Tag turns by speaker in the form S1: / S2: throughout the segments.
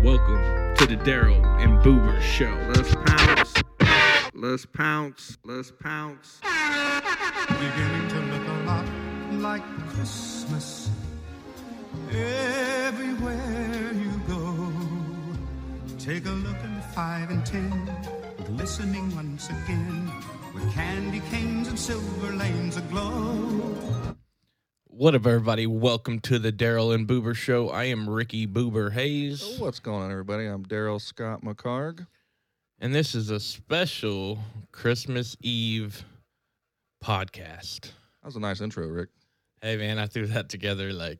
S1: Welcome to the Daryl and Boober Show. Let's pounce. Let's pounce. Let's pounce.
S2: beginning to look a lot like Christmas everywhere you go. Take a look at the five and ten, glistening once again with candy canes and silver lanes aglow.
S3: What up, everybody? Welcome to the Daryl and Boober Show. I am Ricky Boober Hayes,
S4: What's going on, everybody? I'm Daryl Scott McCarg.
S3: and this is a special Christmas Eve podcast.
S4: That was a nice intro, Rick.
S3: Hey, man, I threw that together like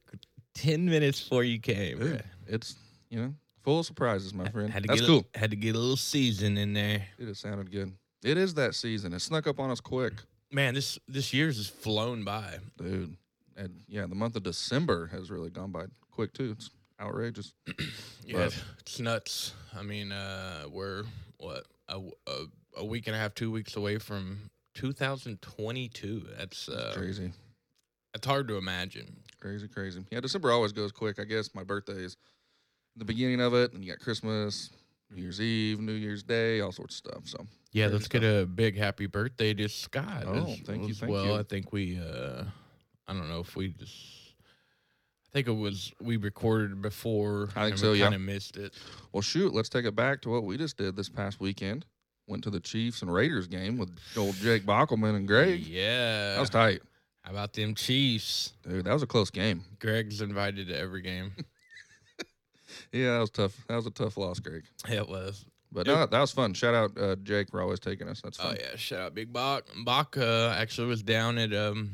S3: 10 minutes before you came.
S4: Dude, It's you know full of surprises, my friend.
S3: Had to
S4: That's
S3: get
S4: cool.
S3: A, had to get a little season in there.
S4: Dude, it sounded good. It is that season. It snuck up on us quick,
S3: Man, this this year's has flown by.
S4: dude. And yeah, the month of December has really gone by quick too. It's outrageous.
S3: Yeah,
S4: But-
S3: it's nuts. I mean, uh, we're what a, w- a- a week and a half, two weeks away from 2022. That's
S4: It's
S3: uh,
S4: crazy,
S3: that's hard to imagine.
S4: crazy, crazy. Yeah, December always goes quick. I guess my birthday is the beginning of it, and you got Christmas, New Year's Eve, New Year's Day, all sorts of stuff. So
S3: Yeah,
S4: Crazy
S3: let's get a big happy birthday to Scott.
S4: Oh, thank you, thank
S3: well,
S4: you.
S3: I think we, uh, I don't know if we just, I think it was we recorded before.
S4: I think so, yeah.
S3: Kind of missed it.
S4: Well, shoot, let's take it back to what we just did this past weekend. Went to the Chiefs and Raiders game with old Jake Bockelman and Greg.
S3: Yeah.
S4: That was tight,
S3: How about them Chiefs?
S4: dude. That was a close game.
S3: Greg's invited to every game.
S4: Yeah, that was tough. That was a tough loss, Greg.
S3: it was.
S4: But
S3: Dude.
S4: no, that was fun. Shout out uh, Jake for always taking us. That's
S3: Oh
S4: fun.
S3: yeah, shout out Big Bach. Bach uh, actually was down at um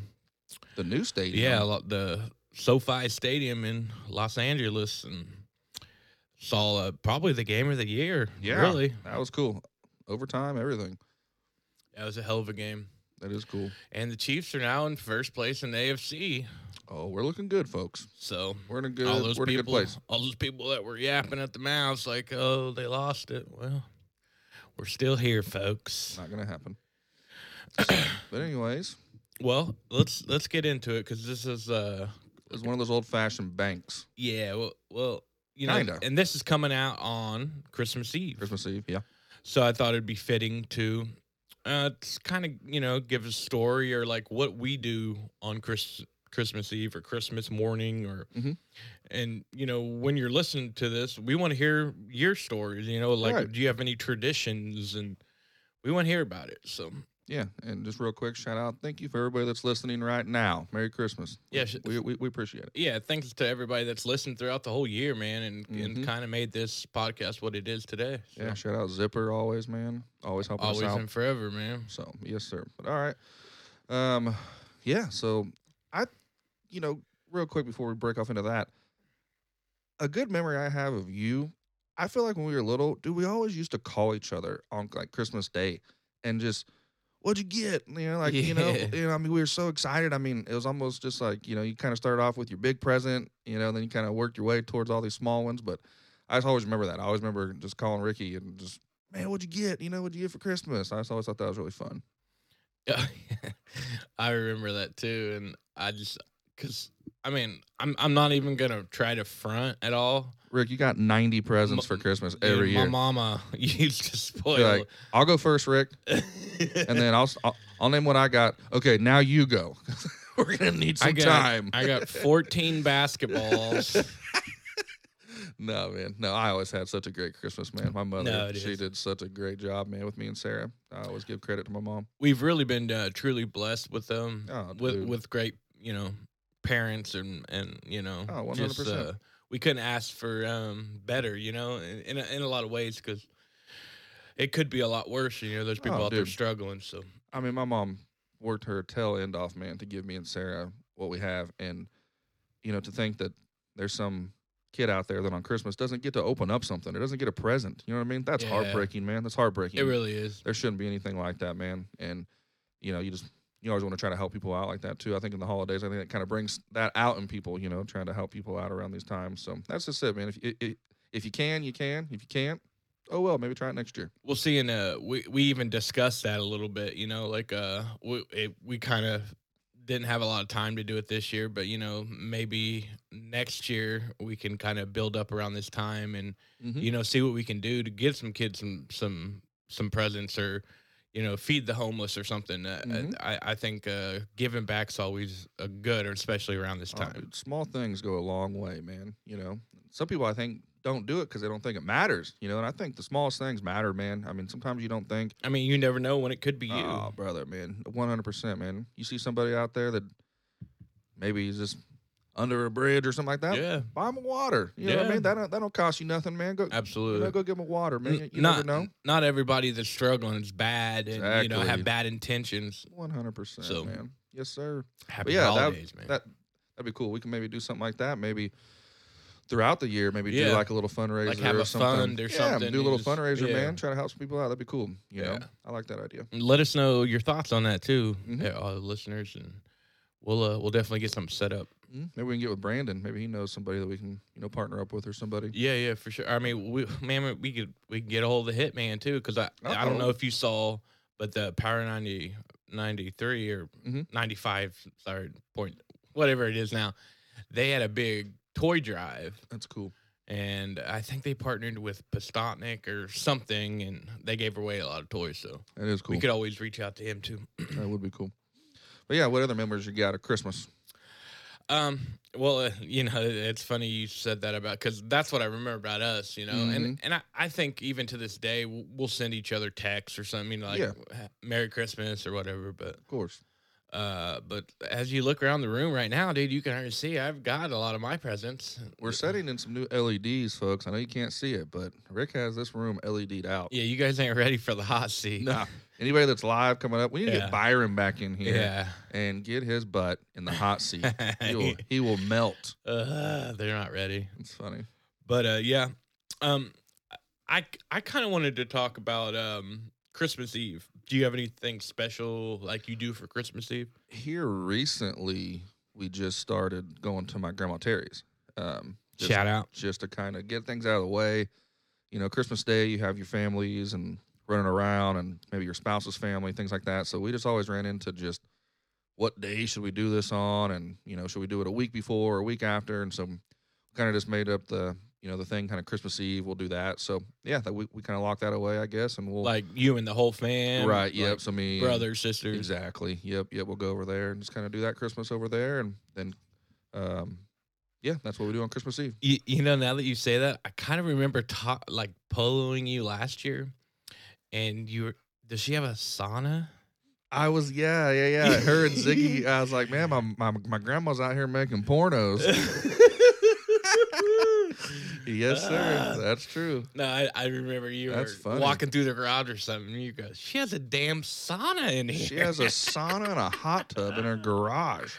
S4: The new stadium.
S3: yeah lo- the SoFi Stadium in Los Angeles and saw uh, probably the game of the year.
S4: Yeah.
S3: really,
S4: that was cool. Overtime, everything.
S3: that was a hell of a game.
S4: That is cool.
S3: And the Chiefs are now in first place in the AFC.
S4: Oh, we're looking good, folks.
S3: So
S4: We're in a good.
S3: all those
S4: we're in a good
S3: people,
S4: place.
S3: all those people that were yapping at the mouths like, "Oh, they lost it." Well, we're still here, folks.
S4: Not gonna happen. but anyways,
S3: Well, let's let's get into it because this is uh
S4: it was one of those old-fashioned banks.
S3: yeah well well you know
S4: Kinda.
S3: and this is coming out on Christmas Eve.
S4: Christmas Eve. Yeah.
S3: So I thought it'd be fitting to uh kind of, you know, give a story or like what we do on Chris Christmas Eve or Christmas morning or
S4: Mhm.
S3: and you know, when you're listening to this, we want to hear your stories, you know, like
S4: Right.
S3: do you have any traditions and we want to hear about it. So
S4: Yeah, and just real quick, shout out. Thank you for everybody that's listening right now. Merry Christmas.
S3: Yeah, sh-
S4: we, we, we appreciate it.
S3: yeah, thanks to everybody that's listened throughout the whole year, man, and, and
S4: Mhm.
S3: kind of made this podcast what it is today. So,
S4: Yeah, shout out Zipper always, man. Always helping
S3: always
S4: us out.
S3: and forever, man.
S4: so yes, sir. But all right, um, yeah. So I, you know, real quick before we break off into that, a good memory I have of you. I feel like when we were little, dude, we always used to call each other on like Christmas Day, and just, what'd you get? You know, like you know,
S3: Yeah.
S4: you know. I mean, we were so excited. I mean, it was almost just like you know, you kind of started off with your big present, you know, then you kind of worked your way towards all these small ones. But I just always remember that. I always remember just calling Ricky and just, man, what'd you get? You know, what'd you get for Christmas? I just always thought that was really fun.
S3: Oh, Yeah, I remember that too, and I just because I mean I'm I'm not even gonna try to front at all.
S4: Rick, you got 90 presents
S3: M-
S4: for Christmas
S3: Dude,
S4: every year.
S3: my mama used to
S4: You're
S3: spoil.
S4: like, I'll go first, Rick, and then I'll, I'll I'll name what I got. Okay, now you go. We're gonna need some
S3: I got
S4: time.
S3: I got 14 basketballs.
S4: no, man. No, I always had such a great Christmas, man. My mother,
S3: No, it
S4: she
S3: is.
S4: did such a great job, man, with me and Sarah. I always give credit to my mom.
S3: We've really been uh, truly blessed with them,
S4: Oh,
S3: with
S4: dude.
S3: with great you know parents and and you know
S4: Oh,
S3: just,
S4: 100%.
S3: uh, we couldn't ask for um, better, you know, in in a, in a lot of ways because. It could be a lot worse, you know. There's people
S4: Oh,
S3: out there
S4: dude.
S3: struggling, so
S4: I mean, my mom worked her tail end off, man, to give me and Sarah what we have, and you know, to think that there's some kid out there that on Christmas doesn't get to open up something or doesn't get a present. You know what I mean? That's
S3: Yeah.
S4: heartbreaking, man. That's heartbreaking.
S3: it really is.
S4: there shouldn't be anything like that, man. And you know, you just you always want to try to help people out like that too. I think in the holidays, I think it kind of brings that out in people. You know, trying to help people out around these times. So that's just it, man. If i- i- if you can, you can. If you can't, oh well, maybe try it next year.
S3: Well, see, and uh, we we even discussed that a little bit. You know, like uh, we it, we kind of didn't have a lot of time to do it this year, but you know, maybe next year we can kind of build up around this time and
S4: Mhm.
S3: you know see what we can do to give some kids some some some presents or you know feed the homeless or something. Uh,
S4: Mhm.
S3: I I think uh, giving back's always a good, or especially around this
S4: Oh,
S3: time.
S4: dude, small things go a long way, man. You know, some people I think don't do it because they don't think it matters. You know, and I think the smallest things matter, man. I mean, sometimes you don't think,
S3: I mean, you never know when it could be you.
S4: oh, brother, man, one hundred percent, man. You see somebody out there that maybe he's just under a bridge or something like that.
S3: yeah,
S4: Buy him water. You know what I
S3: Yeah.
S4: mean? That don't, that don't cost you nothing, man. Go, you
S3: absolutely.
S4: know, go give him water, man. You,
S3: N-
S4: you
S3: not,
S4: never know.
S3: Not everybody that's struggling is bad and you know
S4: Exactly.
S3: have bad intentions.
S4: One hundred percent,
S3: So-
S4: man. Yes, sir.
S3: Happy
S4: yeah, that-
S3: holidays, man.
S4: That that'd be cool. We can maybe do something like that. Maybe throughout the year, maybe do
S3: Yeah.
S4: like a little fundraiser,
S3: Like have
S4: or
S3: a
S4: something.
S3: fund or
S4: yeah,
S3: something
S4: Do a little
S3: and just-
S4: fundraiser,
S3: yeah.
S4: man. Try to help some people out. That'd be cool. You know,
S3: Yeah.
S4: I like that idea.
S3: Let us know your thoughts on that too,
S4: Mhm.
S3: uh, all the listeners, and we'll uh, we'll definitely get something set up.
S4: Hmm? Maybe we can get with Brandon. Maybe he knows somebody that we can you know partner up with or somebody.
S3: Yeah, yeah, for sure. I mean, we man, we could we could get a hold of the Hitman too, because I I
S4: Uh-oh.
S3: don't know if you saw, but the Power 90, 93 or
S4: Mhm.
S3: ninety five, sorry, point whatever it is now, they had a big toy drive
S4: That's cool.
S3: and I think they partnered with Postotnik or something, and they gave away a lot of toys. So
S4: That is cool.
S3: we could always reach out to him too.
S4: that would be cool. But yeah, what other memories you got at Christmas?
S3: Um, well, uh, you know, it's funny you said that about because that's what I remember about us, you know,
S4: Mm-hmm.
S3: and and I, I think even to this day we'll, we'll send each other texts or something, you know, like
S4: Yeah.
S3: "Ha- Merry Christmas or whatever. But
S4: Of course.
S3: uh, but as you look around the room right now, dude, you can already see I've got a lot of my presents.
S4: We're setting in some new LEDs, folks. I know you can't see it, but Rick has this room LED'd out.
S3: Yeah, you guys ain't ready for the hot seat.
S4: Nah. Anybody that's live coming up, we need to
S3: Yeah.
S4: get Byron back in here.
S3: Yeah.
S4: and get his butt in the hot seat. he, will, he will melt.
S3: Uh, they're not ready.
S4: It's funny.
S3: But uh, yeah, um, I I kind of wanted to talk about um Christmas Eve. Do you have anything special like you do for Christmas Eve?
S4: Here recently, we just started going to my grandma Terry's. Um, just,
S3: out.
S4: just to kind of get things out of the way. You know, Christmas Day, you have your families and running around, and maybe your spouse's family, things like that. So we just always ran into just what day should we do this on, and you know, should we do it a week before or a week after? And so, kind of just made up the you know the thing, kind of Christmas Eve. We'll do that. So yeah, that we, we kind of lock that away, I guess, and we'll
S3: Like you and the whole fam,
S4: right. Yep.
S3: like,
S4: so me, and-
S3: brothers, sisters.
S4: Exactly. Yep. Yep. We'll go over there and just kind of do that Christmas over there, and then, um, yeah, that's what we do on Christmas Eve.
S3: You, you know, now that you say that, I kind of remember ta- like poloing you last year, and you were. Does she have a sauna?
S4: I was, yeah, yeah, yeah. Her and Ziggy, I was like, man, my, my, my grandma's out here making pornos. yes, sir.
S3: Ah.
S4: That's true.
S3: No, I, I remember you
S4: That's
S3: were
S4: funny.
S3: walking through the garage or something. And you go, she has a damn sauna in here.
S4: She has a sauna and a hot tub in her garage.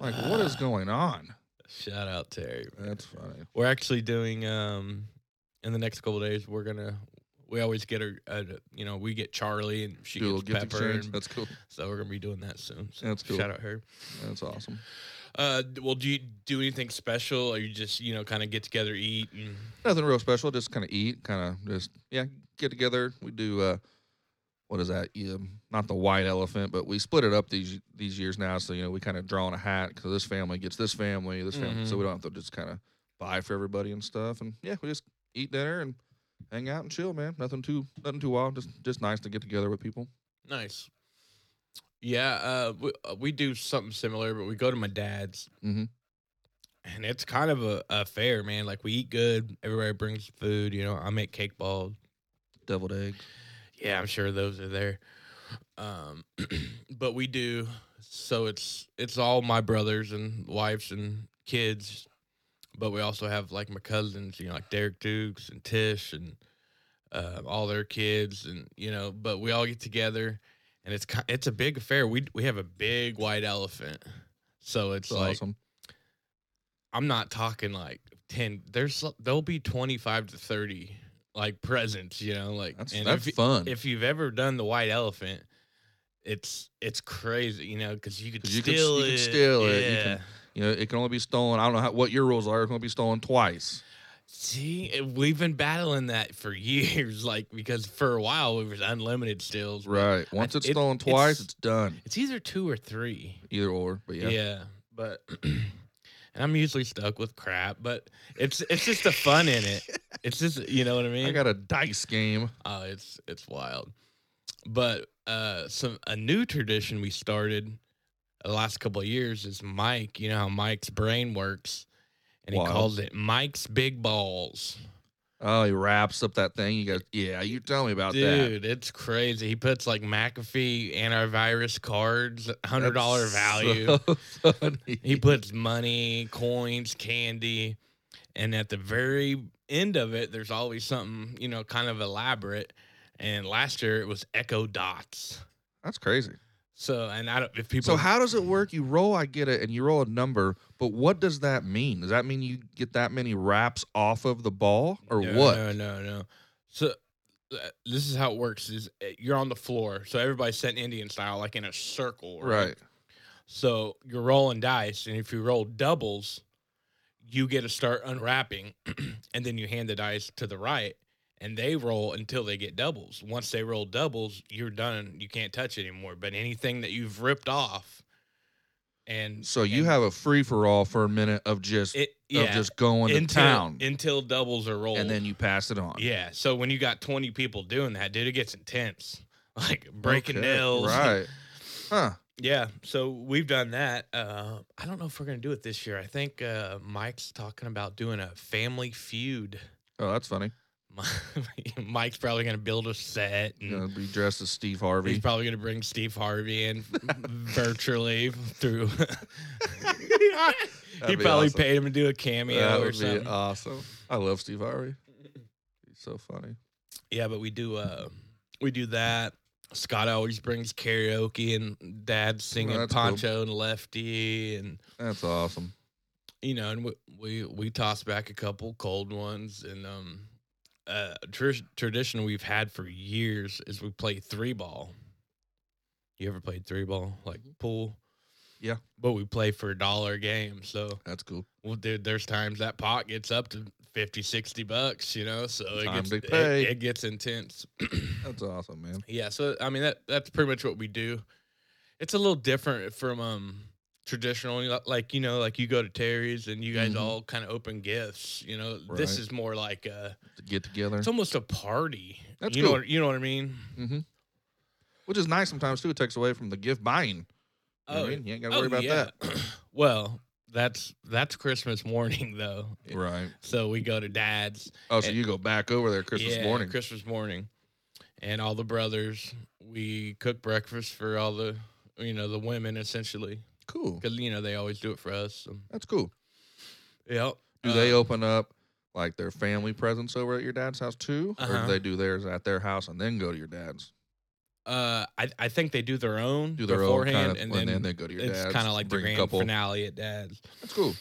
S4: Like, what is going on?
S3: Shout out Terry. man.
S4: That's funny.
S3: We're actually doing um in the next couple of days. We're gonna we always get her. Uh, you know, we get Charlie and she
S4: Do a little
S3: gets
S4: gift
S3: Pepper.
S4: exchange.
S3: and-
S4: That's cool.
S3: so we're gonna be doing that soon. So
S4: That's cool.
S3: Shout out her.
S4: That's awesome.
S3: Uh, d- well, do you do anything special, or you just you know kind of get together, eat? And,
S4: Nothing real special. Just kind of eat, kind of just yeah, get together. We do uh, what is that? Yeah, not the white elephant, but we split it up these these years now. So you know, we kind of draw on a hat because this family gets this family, this family,
S3: Mm-hmm.
S4: so we don't have to just kind of buy for everybody and stuff. And yeah, we just eat dinner and hang out and chill, man. Nothing too nothing too wild. Just just nice to get together with people.
S3: nice. Yeah, uh, we, uh, we do something similar, but we go to my dad's.
S4: Mhm.
S3: And it's kind of a, a fair, man. Like we eat good. Everybody brings food. You know, I make cake balls.
S4: Deviled eggs.
S3: Yeah, I'm sure those are there. Um, but we do. So it's it's all my brothers and wives and kids, but we also have like my cousins, you know, like Derek Dukes and Tish and uh, all their kids, and you know. But we all get together, and it's ki- it's a big affair. We we have a big white elephant, so it's
S4: It's
S3: like
S4: awesome.
S3: I'm not talking like ten. There's there'll be twenty five to thirty like presents, you know, like
S4: That's
S3: and
S4: that's
S3: if-
S4: fun.
S3: if you've ever done the white elephant, it's it's crazy, you know, because you could
S4: 'Cause you could-
S3: steal
S4: you could
S3: it.
S4: steal it, you
S3: Yeah.
S4: can- you know, it can only be stolen. I don't know how, what your rules are. It can only be stolen twice.
S3: See, it- we've been battling that for years, like because for a while it was unlimited stills. but
S4: Right. Once it's
S3: it-
S4: stolen twice,
S3: it's-
S4: it's done.
S3: It's either two or three.
S4: Either or, but
S3: Yeah.
S4: yeah.
S3: but and I'm usually stuck with crap, but it's it's just the fun in it. It's just you know what I mean.
S4: I got a dice game.
S3: Oh, it's it's wild. But uh some a new tradition we started the last couple of years is Mike. You know how Mike's brain works, and
S4: Wild.
S3: he calls it Mike's Big Balls.
S4: Oh, he wraps up that thing. You got yeah. You tell me about that.
S3: Dude, it's crazy. He puts like McAfee antivirus cards, hundred dollar
S4: That's
S3: value.
S4: so funny.
S3: He puts money, coins, candy, and at the very end of it, there's always something you know kind of elaborate. And last year it was Echo Dots.
S4: That's crazy.
S3: So and I don't if people
S4: So how does it work? You roll, I get it, and you roll a number. But what does that mean? Does that mean you get that many wraps off of the ball, or
S3: no,
S4: what?
S3: No, no, no. So uh, this is how it works: is uh, you're on the floor, so everybody's set Indian style, like in a circle, right?
S4: Right.
S3: So you're rolling dice, and if you roll doubles, you get to start unwrapping, and then you hand the dice to the right, and they roll until they get doubles. Once they roll doubles, you're done. You can't touch it anymore. But anything that you've ripped off, and
S4: So you
S3: and
S4: have a free for all for a minute of just
S3: it,
S4: of
S3: yeah,
S4: just going to
S3: until,
S4: town,
S3: until doubles are rolled,
S4: and then you pass it on.
S3: Yeah. So when you got 20 people doing that, dude, it gets intense. Like breaking
S4: Okay,
S3: nails.
S4: Right. Huh.
S3: Yeah. So we've done that. Uh, I don't know if we're going to do it this year. I think uh, Mike's talking about doing a family feud.
S4: Oh, that's funny.
S3: Mi- Mike's probably going to build a set. And
S4: Gonna be dressed as Steve
S3: Mm. He's
S4: Harvey.
S3: probably going to bring Steve Harvey in virtually through. he
S4: That'd be
S3: probably
S4: awesome.
S3: paid him to do a cameo
S4: that
S3: or
S4: would be
S3: something.
S4: awesome. I love Steve Harvey. He's so funny.
S3: Yeah, but we do uh we do that. Scott always brings karaoke and dad singing
S4: that's cool.
S3: Poncho and Lefty and
S4: That's awesome.
S3: you know and we we, we toss back a couple cold ones and um uh tr- tradition we've had for years is we play three ball. You ever played three ball like pool?
S4: Mm-hmm. Yeah.
S3: But we play for a dollar a game. So,
S4: That's cool.
S3: well, dude, there's times that pot gets up to 50, 60 bucks, you know? So it
S4: Time
S3: gets,
S4: to
S3: it-
S4: pay.
S3: it gets intense.
S4: That's awesome, man.
S3: Yeah, so I mean that that's pretty much what we do. It's a little different from um traditional you know, like you know like you go to Terry's and you guys
S4: Mhm.
S3: all kind of open gifts, you know. This
S4: Right.
S3: is more like a
S4: To get together,
S3: it's almost a party.
S4: That's
S3: you know
S4: cool.
S3: what, you know what I mean?
S4: mm-hmm. which is nice sometimes too. It takes away from the gift buying. You know
S3: Oh,
S4: what I mean? You ain't got to worry about that.
S3: well, that's that's Christmas morning though.
S4: Right.
S3: So we go to dad's
S4: Oh, so
S3: And-
S4: you go back over there Christmas
S3: Yeah,
S4: morning.
S3: Christmas morning. And all the brothers, we cook breakfast for all the you know, the women essentially.
S4: Cool.
S3: because you know they always do it for us. So.
S4: That's cool.
S3: Yep.
S4: Do
S3: Uh,
S4: they open up like their family presents over at your dad's house too, or
S3: Uh-huh.
S4: do they do theirs at their house and then go to your dad's?
S3: Uh, I I think they do their own
S4: Do their
S3: beforehand,
S4: own kind of,
S3: and
S4: and,
S3: then,
S4: then they go to your
S3: it's
S4: dad's.
S3: kind of like the
S4: bring a
S3: grand
S4: couple.
S3: finale at dad's.
S4: That's cool.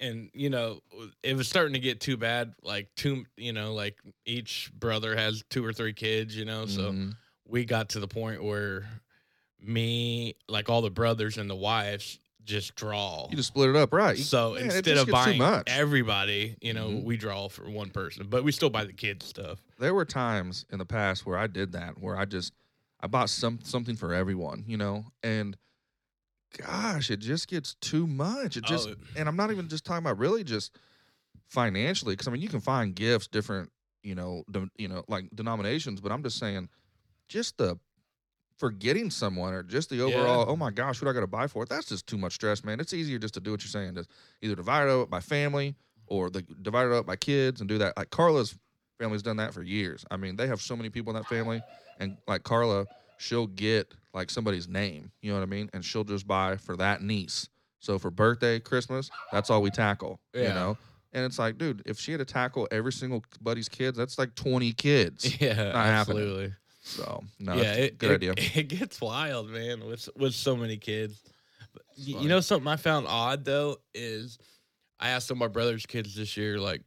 S3: And you know, it was starting to get too bad. Like two, you know, like each brother has two or three kids. You know, so
S4: Mhm.
S3: we got to the point where me, like all the brothers and the wives, just draw.
S4: You just split it up, right?
S3: so
S4: Yeah, it
S3: instead
S4: just
S3: of
S4: gets too
S3: buying
S4: much.
S3: everybody, you know,
S4: Mhm.
S3: we draw for one person, but we still buy the kids stuff.
S4: there were times in the past where I did that, where I just I bought some something for everyone, you know, and gosh, it just gets too much. It just,
S3: Oh.
S4: and I'm not even just talking about really just financially, because I mean you can find gifts different, you know, de- you know, like denominations, but I'm just saying, just the forgetting someone or just the overall, oh my gosh, what I got to buy for it? That's just too much stress, man. It's easier just to do what you're saying, just either divide it up by family or the divide it up by kids and do that. Like Carla's family's done that for years. I mean, they have so many people in that family, and like Carla, she'll get like somebody's name, you know what I mean, and she'll just buy for that niece. So for birthday, Christmas, that's all we tackle, you
S3: Yeah.
S4: know. And it's like, dude, if she had to tackle every single buddy's kids, that's like twenty kids.
S3: Yeah,
S4: happening.
S3: absolutely.
S4: So no,
S3: yeah,
S4: yeah,
S3: it,
S4: good
S3: it-
S4: idea.
S3: It gets wild, man, with with so many kids. But y-
S4: funny.
S3: You know something I found odd though is I asked some of my brother's kids this year, like,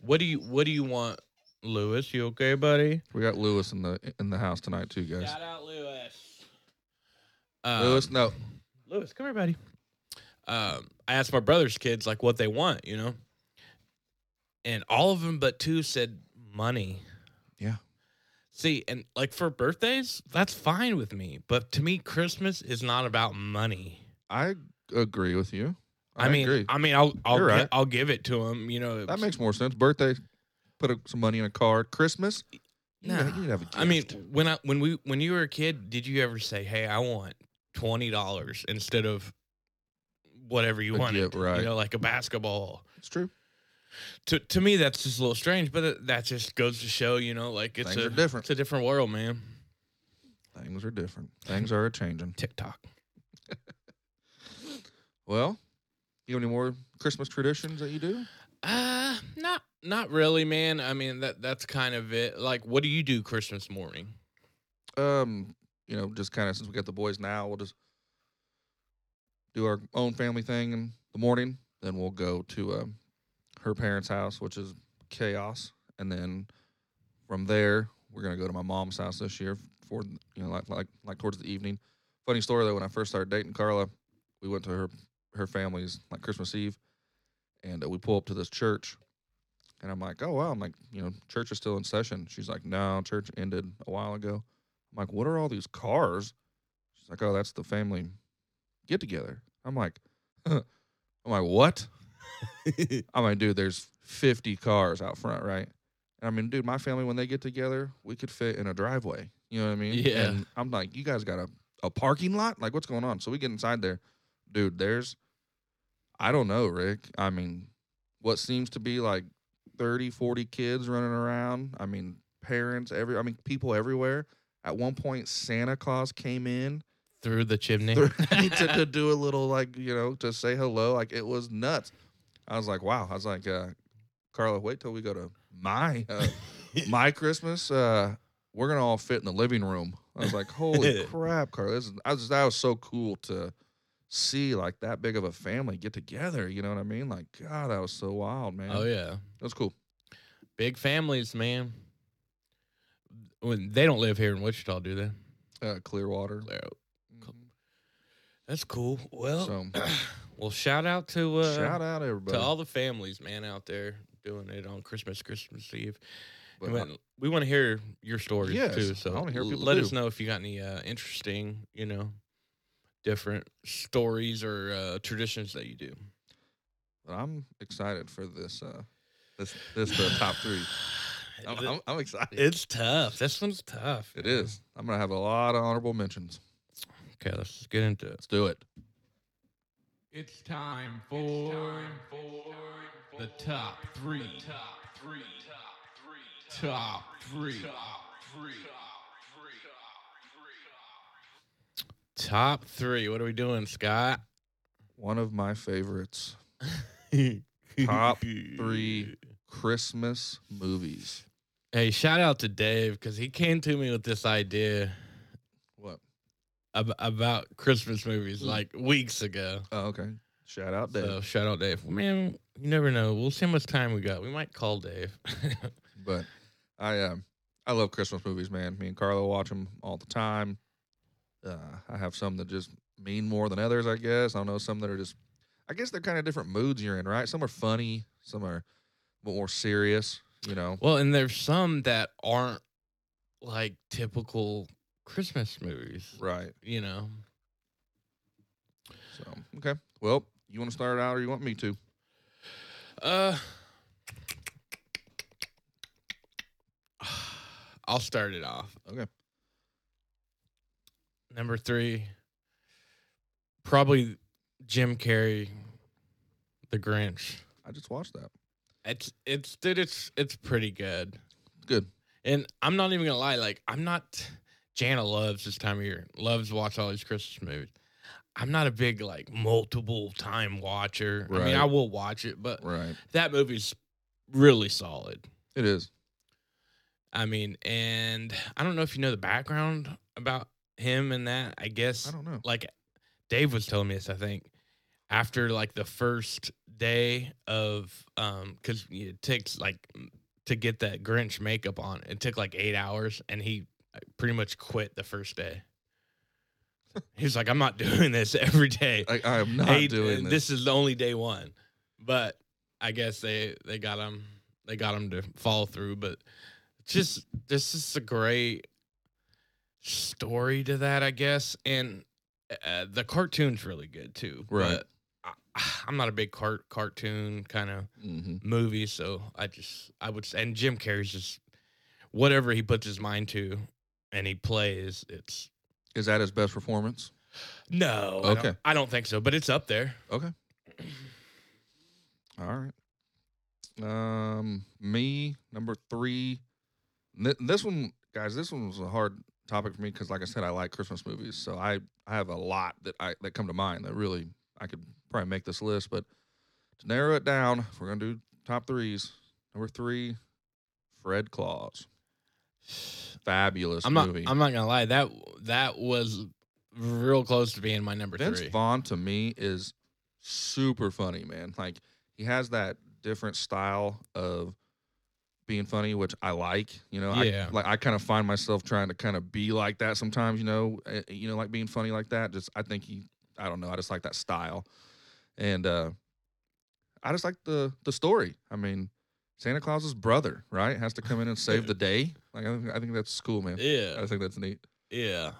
S3: what do you what do you want, Lewis? You okay, buddy?
S4: we got Lewis in the in the house tonight too, guys.
S3: out Lewis. Um,
S4: Lewis, no,
S3: Lewis, come here, buddy. Um, I asked my brother's kids like what they want, you know, and all of them but two said money.
S4: Yeah.
S3: See, and like for birthdays, that's fine with me. But to me, Christmas is not about money.
S4: I agree with you.
S3: I, mean,
S4: agree.
S3: I mean, I'll I'll
S4: You're
S3: gi-
S4: right.
S3: I'll give it to him. You know,
S4: that makes more sense. Birthday, put a, some money in a card. Christmas, you,
S3: Nah.
S4: need, to- you need to have a gift.
S3: I mean, when I when we when you were a kid, did you ever say, "Hey, I want twenty dollars instead of whatever you
S4: A
S3: wanted,"
S4: gift, right.
S3: You know, like a basketball.
S4: it's true.
S3: To to me, that's just a little strange, but it, that just goes to show, you know, like it's
S4: Things
S3: a
S4: are different.
S3: It's a different world, man.
S4: Things are different. Things are changing.
S3: TikTok.
S4: Well, you have any more Christmas traditions that you do?
S3: Uh not not really, man. I mean that that's kind of it. Like, what do you do Christmas morning?
S4: Um, you know, just kind of since we got the boys now, we'll just do our own family thing in the morning. Then we'll go to um, her parents' house, which is chaos, and then from there we're gonna go to my mom's house this year for you know like like like towards the evening. Funny story though, when I first started dating Carla, we went to her her family's like Christmas Eve, and uh, we pull up to this church, and I'm like, oh wow, I'm like you know church is still in session. She's like, no, church ended a while ago. I'm like, what are all these cars? She's like, oh, that's the family get together. I'm like, I'm like, what? I'm like, dude, there's 50 cars out front, right? And I mean, dude, my family, when they get together, we could fit in a driveway. You know what I mean?
S3: Yeah.
S4: And I'm like, you guys got a, a parking lot? Like, what's going on? So we get inside there. Dude, there's, I don't know, Rick. I mean, what seems to be like 30, 40 kids running around. I mean, parents, every, I mean, people everywhere. At one point, Santa Claus came in
S3: Through the chimney.
S4: to, to do a little like you know to say hello. Like it was nuts. I was like, wow. I was like, uh, Carla, wait till we go to my uh, my Christmas. Uh, we're gonna all fit in the living room. I was like, holy crap, Carla. This is, I was that was so cool to see like that big of a family get together. You know what I mean? Like, God, that was so wild, man.
S3: oh yeah.
S4: That was cool.
S3: Big families, man. When they don't live here in Wichita, do they?
S4: Uh, Clearwater.
S3: Claro.
S4: Mhm.
S3: That's cool. Well,
S4: So-
S3: well, shout out to uh,
S4: Shout out everybody.
S3: to all the families, man, out there doing it on Christmas, Christmas Eve.
S4: But,
S3: And when- we want to hear your stories
S4: Yes,
S3: too.
S4: I
S3: So
S4: wanna hear what
S3: l-
S4: people
S3: let
S4: do.
S3: us know if you got any uh, interesting, you know, different stories or uh, traditions that you do.
S4: but I'm excited for this. Uh, this this the top three. I'm, I'm, I'm excited.
S3: it's tough. This one's tough.
S4: It
S3: man.
S4: is. I'm gonna have a lot of honorable mentions.
S3: Okay, let's just get into it.
S4: Let's do it.
S1: It's time for the top three. Top three. Top three. Top three.
S3: Top three. What are we doing, Scott?
S4: One of my favorites: Top three. Christmas movies.
S3: Hey, shout out to Dave because he came to me with this idea
S4: What?
S3: ab- about Christmas movies like weeks ago.
S4: Oh, okay. Shout out, Dave.
S3: So shout out Dave. Man, you never know. We'll see how much time we got. We might call Dave.
S4: But I, um, I love Christmas movies, man. Me and Carlo watch them all the time. Uh, I have some that just mean more than others, I guess. I don't know some that are just. I guess they're kind of different moods you're in, right? Some are funny, some are more serious. You know.
S3: well, and there's some that aren't like typical Christmas movies.
S4: Right.
S3: You know.
S4: So okay. Well, you want to start out, or you want me to?
S3: Uh I'll start it off.
S4: Okay.
S3: Number three, probably Jim Carrey, The Grinch.
S4: I just watched that.
S3: It's it's dude, it's it's pretty good.
S4: Good.
S3: And I'm not even gonna lie, like I'm not Jana loves this time of year. Loves to watch all these Christmas movies. I'm not a big like multiple time watcher. I
S4: Right.
S3: mean, I will watch it, but
S4: Right.
S3: that movie's really solid.
S4: It is.
S3: I mean, and I don't know if you know the background about him and that. I guess
S4: I don't know.
S3: like Dave was telling me this, I think, after like the first day of um cuz it takes like m- to get that Grinch makeup on. It took like 8 hours and he uh, pretty much quit the first day. He's like I'm not doing this every day.
S4: I, I am not
S3: Hey,
S4: doing
S3: uh,
S4: this.
S3: is the only day one. But I guess they they got him they got him to follow through. But just this is a great story to that, I guess. And uh, the cartoon's really good too.
S4: Right.
S3: But I, I'm not a big cart cartoon kind of
S4: Mm-hmm.
S3: movie, so I just I would s- and Jim Carrey's just whatever he puts his mind to and he plays. It's
S4: Is that his best performance?
S3: no, I don't,
S4: Okay.
S3: I don't think so, but it's up there.
S4: All right. Um, me number three. Th- this one, guys, this one was a hard topic for me because, like I said, I like Christmas movies, so I I have a lot that I that come to mind that really I could probably make this list, but to narrow it down, if we're gonna do top threes. Number three, Fred Claus. Fabulous
S3: I'm not
S4: movie.
S3: I'm not gonna lie that that was real close to being my number
S4: Vince
S3: three.
S4: Vaughn to me is super funny, man. Like he has that different style of being funny, which I like. You know,
S3: Yeah.
S4: I, like I kind of find myself trying to kind of be like that sometimes. You know, eh, you know, like being funny like that. Just I think he, I don't know, I just like that style, and uh I just like the the story. I mean, Santa Claus's brother, right, has to come in and save the day. Like I, think- I think that's cool, man.
S3: yeah,
S4: I think that's neat.
S3: yeah.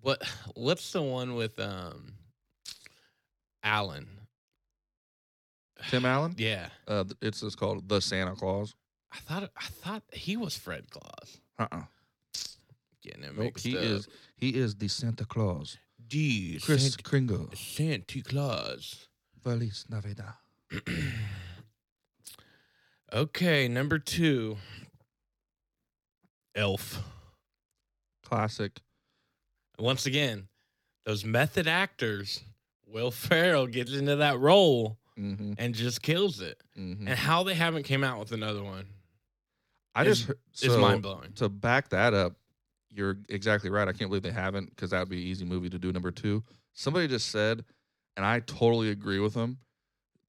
S3: What what's the one with um Alan?
S4: Tim Allen.
S3: Yeah,
S4: Uh, it's it's called the Santa Claus.
S3: I thought I thought he was Fred Claus.
S4: Uh uh
S3: Getting him
S4: Nope,
S3: mixed
S4: he
S3: up.
S4: is he is the Santa Claus.
S3: Dude,
S4: Chris
S3: Santa,
S4: Kringle.
S3: Santa Claus.
S4: Feliz Navidad.
S3: okay, number two. Elf.
S4: Classic.
S3: Once again, those method actors. Will Ferrell gets into that role
S4: Mm-hmm,
S3: and just kills it.
S4: mm-hmm.
S3: And how they haven't came out with another one
S4: I
S3: is-
S4: just heard-
S3: is
S4: so,
S3: mind blowing.
S4: to back that up. You're exactly right. I can't believe they haven't because that would be an easy movie to do number two. Somebody just said, and I totally agree with them.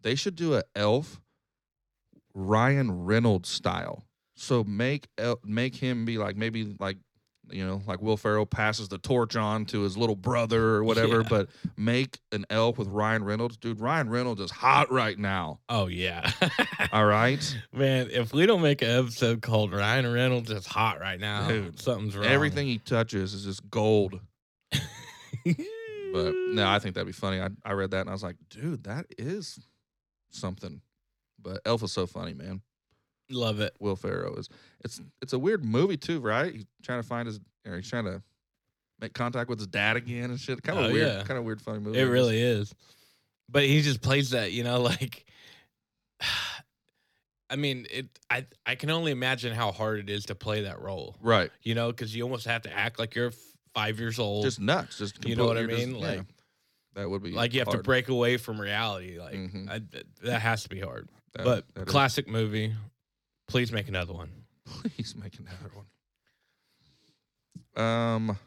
S4: They should do a Elf Ryan Reynolds style. So make El- make him be like maybe like you know like Will Ferrell passes the torch on to his little brother or whatever.
S3: Yeah.
S4: But make an Elf with Ryan Reynolds, dude. Ryan Reynolds is hot right now.
S3: Oh yeah.
S4: All right.
S3: Man, if we don't make an episode called Ryan Reynolds is hot right now,
S4: Dude,
S3: something's wrong.
S4: Everything he touches is just gold. But no, I think that'd be funny. I, I read that and I was like, dude, that is something. But Elf is so funny, man.
S3: love it.
S4: Will Ferrell is. It's it's a weird movie too, right? He's trying to find his, or he's trying to make contact with his dad again and shit. Kind of
S3: Oh,
S4: weird,
S3: yeah.
S4: kind of weird, funny movie.
S3: It really is. But he just plays that, you know, like I mean, it I I can only imagine how hard it is to play that role.
S4: right.
S3: You know, cuz you almost have to act like you're f- 5 years old.
S4: Just nuts. Just
S3: You know what I
S4: completely-
S3: mean?
S4: yeah.
S3: Like-
S4: that would be
S3: like you have to
S4: hard.
S3: break away from reality like
S4: Mhm.
S3: I, th- that has to be hard.
S4: That-
S3: but
S4: that is-
S3: classic movie. Please make another one.
S4: Please make another one. Um,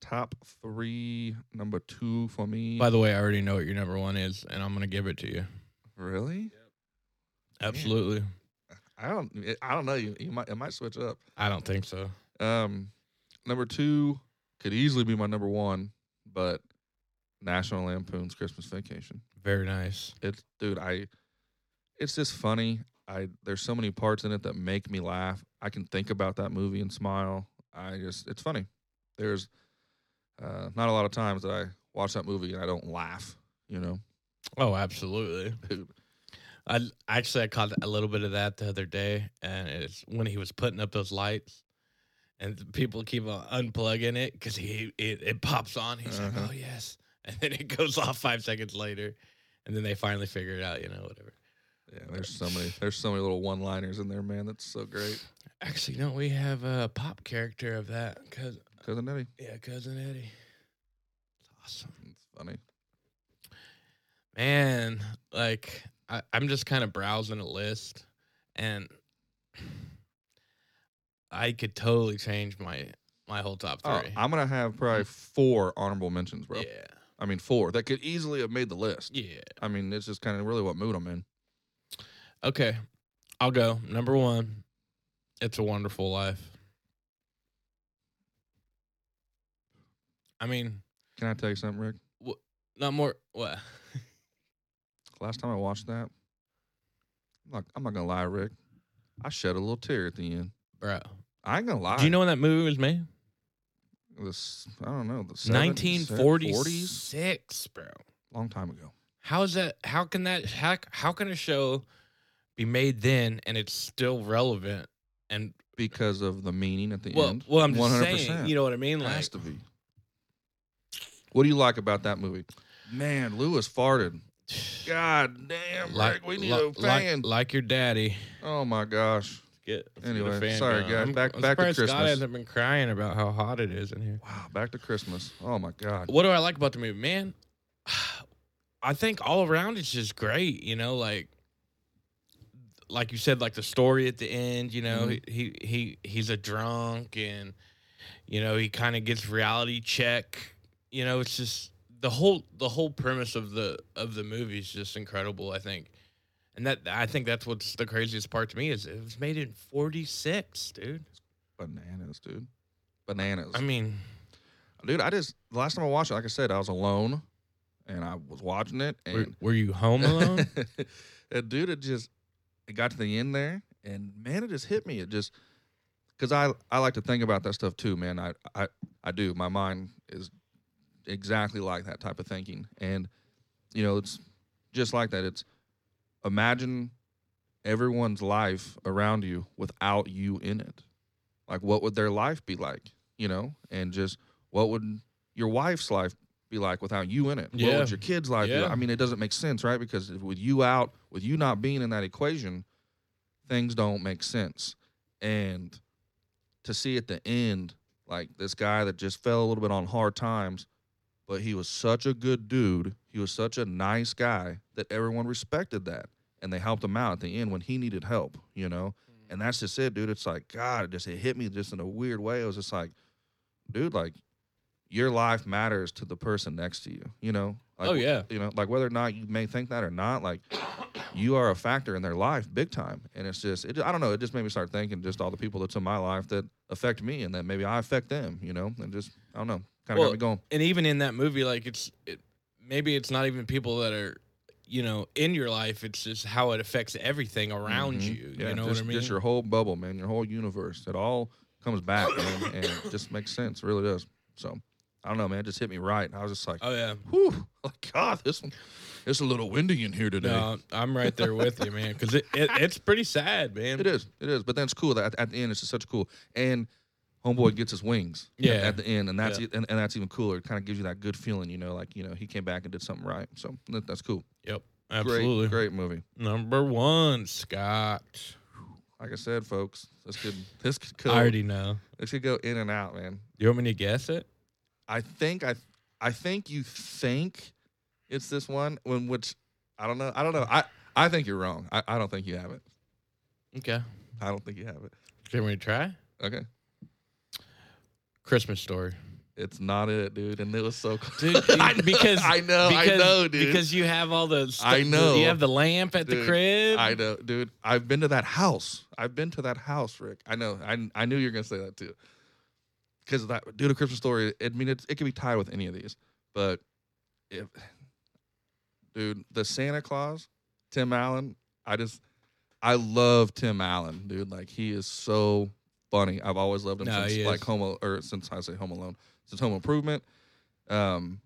S4: top three, number two for me.
S3: By the way, I already know what your number 1 is and I'm going to give it to you.
S4: really?
S3: Absolutely.
S4: I don't. it- I don't know. You, you might. It might switch up.
S3: I don't think so.
S4: Um, number two could easily be my number one, but National Lampoon's Christmas Vacation.
S3: Very nice.
S4: It's dude. I. It's just funny. I there's so many parts in it that make me laugh. I can think about that movie and smile. I just it's funny. There's uh, not a lot of times that I watch that movie and I don't laugh. You know,
S3: Oh, absolutely.
S4: Dude.
S3: I l- actually I caught a little bit of that the other day, and it's when he was putting up those lights, and the people keep on unplugging it because he it, it pops on. He's
S4: Uh-huh.
S3: like, "Oh yes," and then it goes off five seconds later, and then they finally figure it out. You know, whatever.
S4: yeah. There's so many. There's so many little one-liners in there, man. That's so great.
S3: Actually, no, we have a pop character of that because
S4: Cousin Eddie.
S3: yeah, cousin Eddie. It's awesome.
S4: It's funny.
S3: Man, like I, I'm just kind of browsing a list and I could totally change my my whole top
S4: Oh,
S3: three. Mm-hmm.
S4: I'm gonna have probably four honorable mentions, bro.
S3: yeah.
S4: I mean, four that could easily have made the list.
S3: Yeah.
S4: I mean, it's just kind of really what mood I'm in.
S3: Okay. I'll go. Number one, It's a Wonderful Life. I mean,
S4: Can I tell you something, Rick?
S3: not more what
S4: Last time I watched that, I'm not, I'm not gonna lie, Rick. I shed a little tear at the end.
S3: bro.
S4: I ain't gonna lie.
S3: Do you know when that movie was made?
S4: this? I don't know. The 70s, 40s?
S3: 1946, bro.
S4: long time ago.
S3: How is that? How can that? How, how can a show be made then and it's still relevant? And
S4: Because of the meaning at the
S3: well,
S4: end.
S3: well, I'm just saying. You know what I mean? Like,
S4: has to be. What do you like about that movie? Man, Lewis farted. God damn, Rick, we need
S3: li-
S4: a fan.
S3: Like, like your daddy.
S4: oh my gosh.
S3: Get, let's get a
S4: Anyway,
S3: fan
S4: sorry,
S3: going.
S4: guys.
S3: I'm-
S4: Back-
S3: I'm
S4: back to
S3: surprised Scott
S4: Christmas.
S3: hasn't been crying about how hot it is in here.
S4: Wow, back to Christmas. Oh my God.
S3: What do I like about the movie, man? I think all around it's just great. You know, like like you said, like the story at the end. You know,
S4: Mhm.
S3: he, he he he's a drunk, and you know he kind of gets reality check. You know, it's just the whole the whole premise of the of the movie is just incredible. I think. And that I think that's what's the craziest part to me is it was made in '46, dude.
S4: Bananas, dude. Bananas.
S3: I mean,
S4: dude, I just, the last time I watched it, like I said, I was alone and I was watching it.
S3: were,
S4: And,
S3: were you home alone?
S4: and dude, it just, it got to the end there and man, it just hit me. It just, because I, I like to think about that stuff too, man. I, I, I do. My mind is exactly like that type of thinking. And, you know, it's just like that. It's imagine everyone's life around you without you in it. Like, what would their life be like, you know? And just what would your wife's life be like without you in it? What
S3: Yeah.
S4: would your kid's life be
S3: Yeah.
S4: like? I mean, it doesn't make sense, right? Because if- with you out, with you not being in that equation, things don't make sense. And to see at the end, like this guy that just fell a little bit on hard times, but he was such a good dude. He was such a nice guy that everyone respected that. And they helped him out at the end when he needed help, you know?
S3: Mm.
S4: And that's just it, dude. It's like, God, it just it hit me just in a weird way. It was just like, dude, like your life matters to the person next to you, you know? Like,
S3: oh yeah,
S4: you know like whether or not you may think that or not like you are a factor in their life big time and it's just it, i don't know it just made me start thinking just all the people that's in my life that affect me and that maybe i affect them you know and just i don't know kind of
S3: Well,
S4: got me going
S3: and even in that movie, like it's it, maybe it's not even people that are you know in your life. It's just how it affects everything around
S4: Mhm.
S3: you.
S4: Yeah,
S3: you know
S4: just,
S3: what I mean?
S4: just your whole bubble man your whole universe it all comes back man, and it just makes sense it really does so i don't know man it just hit me right i was just like
S3: oh yeah,
S4: whew like god this one it's a little windy in here today
S3: no, I'm right there with you, man. Because it, it it's pretty sad, man.
S4: It is. It is. But that's cool. That at, at the end, it's just such cool. And homeboy gets his wings. at-
S3: Yeah.
S4: At, the end, and that's
S3: Yeah.
S4: e- and, and that's even cooler. It kind of gives you that good feeling, you know, like you know he came back and did something right. So that, that's cool.
S3: Yep, absolutely.
S4: Great, great movie.
S3: Number one, Scott.
S4: Like I said, folks, this could this could go,
S3: I already know.
S4: this could go in and out, man.
S3: You want me to guess it?
S4: I think I I think you think it's this one when which I don't know. I don't know. I I think you're wrong. I, I don't think you have it.
S3: Okay.
S4: I don't think you have it.
S3: Can we try?
S4: Okay.
S3: Christmas story,
S4: It's not it, dude. And it was so close.
S3: dude.
S4: I know,
S3: because
S4: I know, I
S3: because-
S4: know, dude.
S3: Because you have all the. stu-
S4: I know.
S3: You have the lamp at the
S4: Dude,
S3: crib.
S4: I know, dude. I've been to that house. I've been to that house, Rick. I know. I I knew you were gonna say that too. Because that dude, a Christmas story. I mean, it's, it could be tied with any of these, but if, dude, the Santa Claus, Tim Allen. I just, I love Tim Allen, dude. Like he is so funny. I've always loved him
S3: No, he
S4: since
S3: is.
S4: like Home or since I say Home Alone, since Home Improvement. Um,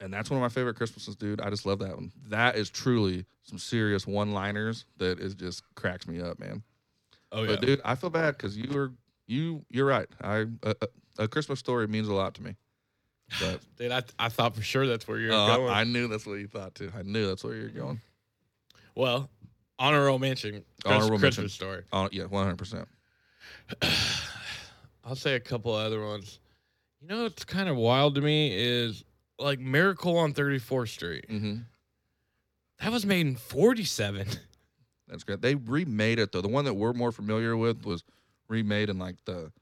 S4: and that's one of my favorite Christmases, dude. I just love that one. That is truly some serious one-liners that is just cracks me up, man.
S3: Oh yeah.
S4: But dude, I feel bad because you were you you're right. I a, a- a Christmas story means a lot to me. But
S3: Dude, I, I thought for sure that's where you're
S4: uh,
S3: going.
S4: I, I knew that's what you thought too. I knew that's where you're going.
S3: well, honorable mention, Chris,
S4: Honorable
S3: Christmas
S4: mention.
S3: story.
S4: Oh yeah, one hundred percent.
S3: I'll say a couple other ones. You know what's kind of wild to me is like Miracle on 34th Street.
S4: Mm-hmm.
S3: That was made in 47.
S4: That's great. They remade it though. The one that we're more familiar with was remade in like the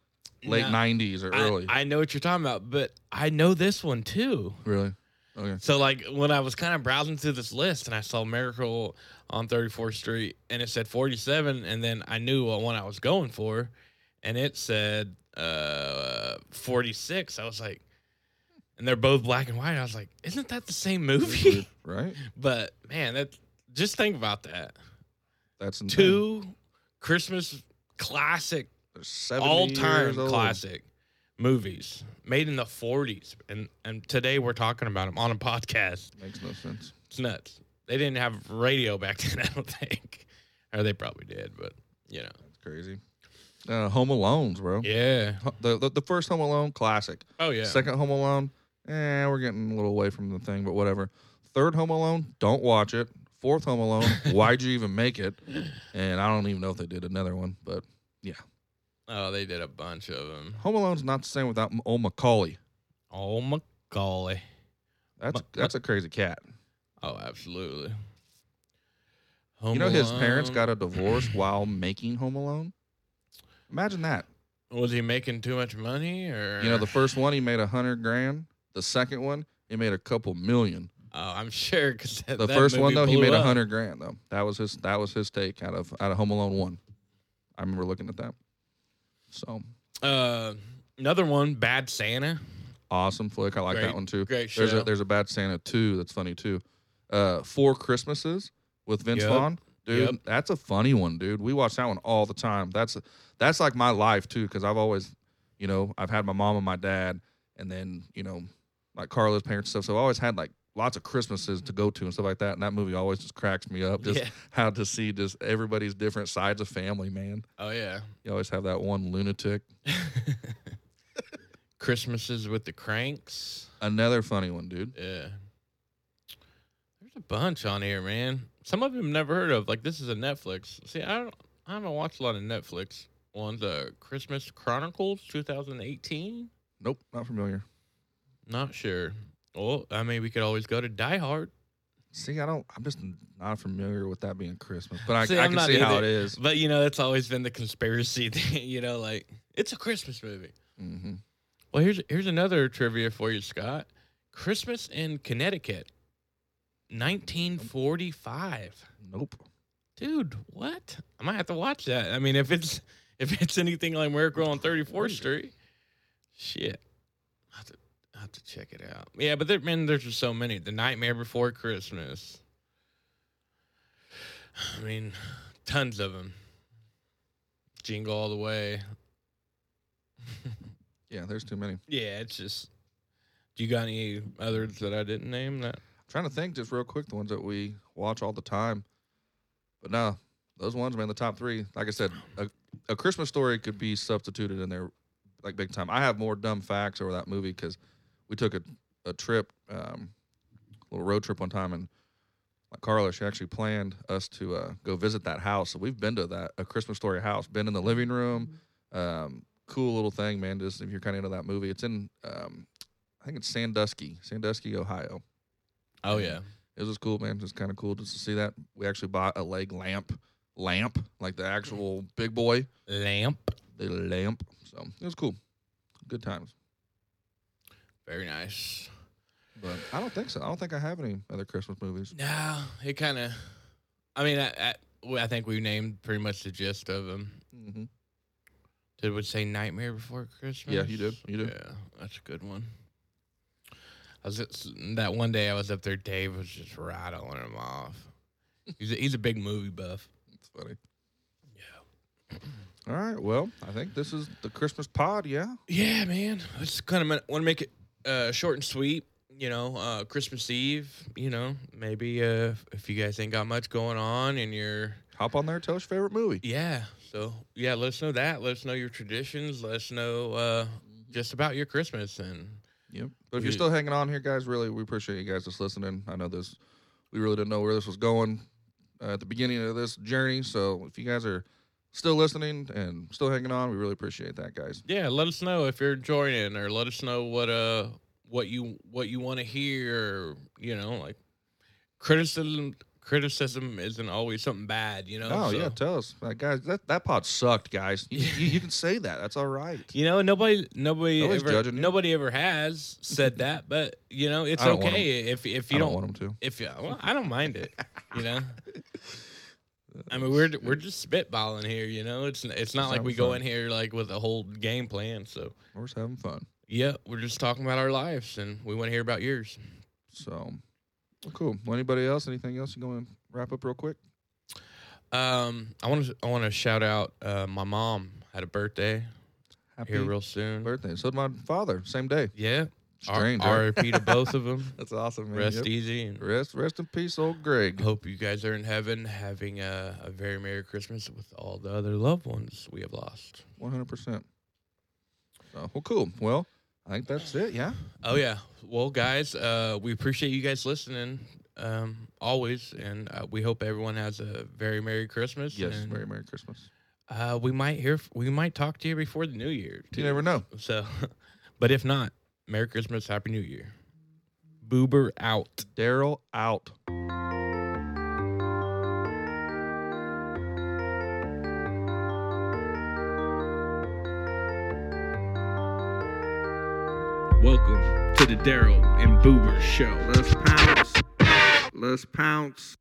S4: late
S3: Now,
S4: '90s or
S3: I-
S4: early.
S3: I, know what you're talking about, but I know this one too.
S4: really? Okay.
S3: So like when I was kind of browsing through this list and I saw Miracle on 34th Street and it said 47 and then I knew what one I was going for and it said uh 46. I was like and they're both black and white. I was like, isn't
S4: Mm-hmm.
S3: that the same movie?
S4: Right.
S3: but man, that just think about that.
S4: That's insane.
S3: two Christmas classic,
S4: They're 70
S3: all time
S4: years old.
S3: classic movies made in the 40s, and and today we're talking about them on a podcast.
S4: Makes no sense.
S3: It's nuts. They didn't have radio back then, I don't think, or they probably did, but you know,
S4: That's crazy. Uh, Home Alone's, bro.
S3: yeah,
S4: Hu- The, the the first Home Alone classic.
S3: oh yeah,
S4: Second Home Alone, eh, we're getting a little away from the thing, but whatever. Third Home Alone, don't watch it. Fourth Home Alone, why'd you even make it? And I don't even know if they did another one, but
S3: oh they did a bunch of them.
S4: Home Alone's not the same without M- old Macaulay.
S3: Oh my golly.
S4: That's
S3: Ma-
S4: that's a crazy cat.
S3: Oh, absolutely. Home
S4: you know his parents
S3: Alone.
S4: got a divorce while making Home Alone. Imagine that.
S3: Was he making too much money, or
S4: You know, the first one he made a hundred grand. The second one he made a couple million.
S3: Oh, I'm sure because
S4: The first one though he made a hundred grand though. That was his that was his take out of out of Home Alone one. I remember looking at that. So
S3: Uh, another one, Bad Santa.
S4: awesome flick. I like
S3: Great-
S4: that one too.
S3: Great show.
S4: There's a there's a Bad Santa two that's funny too. Uh, Four Christmases with Vince
S3: Yep.
S4: Vaughn, dude.
S3: Yep.
S4: That's a funny one, dude. We watch that one all the time. That's that's like my life too, because I've always, you know, I've had my mom and my dad, and then you know, like Carla's parents and stuff. So I've always had like lots of Christmases to go to and stuff like that. And that movie always just cracks me up. Just
S3: Yeah.
S4: how to see just everybody's different sides of family, man.
S3: Oh yeah.
S4: You always have that one lunatic.
S3: Christmases with the Cranks.
S4: Another funny one, dude.
S3: Yeah. There's a bunch on here, man. Some of them never heard of. Like this is a Netflix. See, I don't I haven't watched a lot of Netflix ones. Uh Christmas Chronicles 2018.
S4: Nope, not familiar.
S3: Not sure. Well, I mean, we could always go to Die Hard,
S4: See, I don't. I'm just not familiar with that being Christmas, but I,
S3: See,
S4: I
S3: I'm
S4: can
S3: not
S4: see how it
S3: either.
S4: is.
S3: but you know that's always been the conspiracy thing. You know, like it's a Christmas movie.
S4: Mm-hmm.
S3: Well, here's here's another trivia for you, Scott. Christmas in Connecticut, 1945.
S4: Nope.
S3: Dude, what? I might have to watch that. I mean, if it's if it's anything like Miracle on 34th Street, shit, I have to I have to check it out. Yeah, but there, man, there's just so many. The Nightmare Before Christmas. I mean, tons of them. Jingle all the way.
S4: Yeah, there's too many. I'm
S3: Yeah, it's just. Do you got any others that I didn't name? That
S4: trying to think just real quick the ones that we watch all the time, but no, those ones, man. The top three, like I said, a, a Christmas story could be substituted in there, like big time. I have more dumb facts over that movie because we took a a trip, um, little road trip one time, and like Carla, she actually planned us to uh, go visit that house. So we've been to that a Christmas story house, been in the living room. Um, cool little thing, man. Just if you're kind of into that movie, it's in. Um, I think it's Sandusky, Sandusky, Ohio.
S3: oh yeah,
S4: It was cool, man. It was kind of cool just to see that. We actually bought a leg lamp, lamp like the actual big boy,
S3: lamp.
S4: the lamp. So it was cool, good times.
S3: Very nice.
S4: But I don't think so. I don't think I have any other Christmas movies.
S3: No, it kind of. I mean, I, I well, I think we named pretty much the gist of them.
S4: hmm
S3: Did we say Nightmare Before Christmas?
S4: Yeah, you did. You did.
S3: Yeah, that's a good one. I was just, that one day I was up there. Dave was just rattling him off. He's a, he's a big movie buff.
S4: It's funny.
S3: Yeah.
S4: All right. Well, I think this is the Christmas pod. Yeah.
S3: Yeah, man. I just kind of want to make it uh, short and sweet. You know, uh, Christmas Eve. You know, maybe uh, if you guys ain't got much going on and you're
S4: Hop on there. Tell us your favorite movie.
S3: Yeah. So yeah, let us know that. Let us know your traditions. Let us know uh,
S4: Mm-hmm.
S3: just about your Christmas and
S4: Yep. But if you're
S3: We-
S4: still hanging on here, guys, really, we appreciate you guys just listening. I know this, we really didn't know where this was going uh, at the beginning of this journey. So if you guys are still listening and still hanging on, we really appreciate that, guys.
S3: yeah, let us know if you're enjoying it or let us know what uh what you what you want to hear. You know, like criticism. Criticism isn't always something bad. You know.
S4: Oh,
S3: so-
S4: yeah, tell us, like, guys. That that pod sucked, guys. You, you, you can say that. That's all right.
S3: You know, nobody, nobody,
S4: Nobody's
S3: ever,
S4: judging you.
S3: nobody ever has said that, but you know, it's
S4: I don't want
S3: okay if if
S4: I
S3: you
S4: don't,
S3: don't
S4: want them to.
S3: if you, well, I don't mind it, you know. I mean, we're we're just spitballing here, you know. It's it's not like we go
S4: Sounds
S3: in here like with a whole game plan. So
S4: We're just having fun.
S3: yeah, we're just talking about our lives, and we want to hear about yours.
S4: So, well, cool. Well, anybody else? Anything else you going to wrap up real quick?
S3: Um, I want to I want to shout out uh, my mom had a birthday
S4: Happy
S3: here real soon.
S4: birthday. So did my father, same day.
S3: Yeah, R-
S4: Strange. right?
S3: RIP to both of them.
S4: That's awesome, man.
S3: Rest
S4: Yep.
S3: easy. And
S4: Rest, rest in peace, old Greg.
S3: hope you guys are in heaven, having a, a very merry Christmas with all the other loved ones we have lost.
S4: One hundred percent. Well, cool. Well, I think that's it. Yeah.
S3: Oh yeah. Well, guys, uh, we appreciate you guys listening um, always, and uh, we hope everyone has a very merry Christmas.
S4: Yes.
S3: and,
S4: Merry Merry Christmas.
S3: Uh, we might hear, we might talk to you before the New Year. Too.
S4: You never know.
S3: So, but if not, Merry Christmas, Happy New Year. Boober out.
S4: Daryl out.
S1: Welcome to the Daryl and Boober Show. Let's pounce. Let's pounce.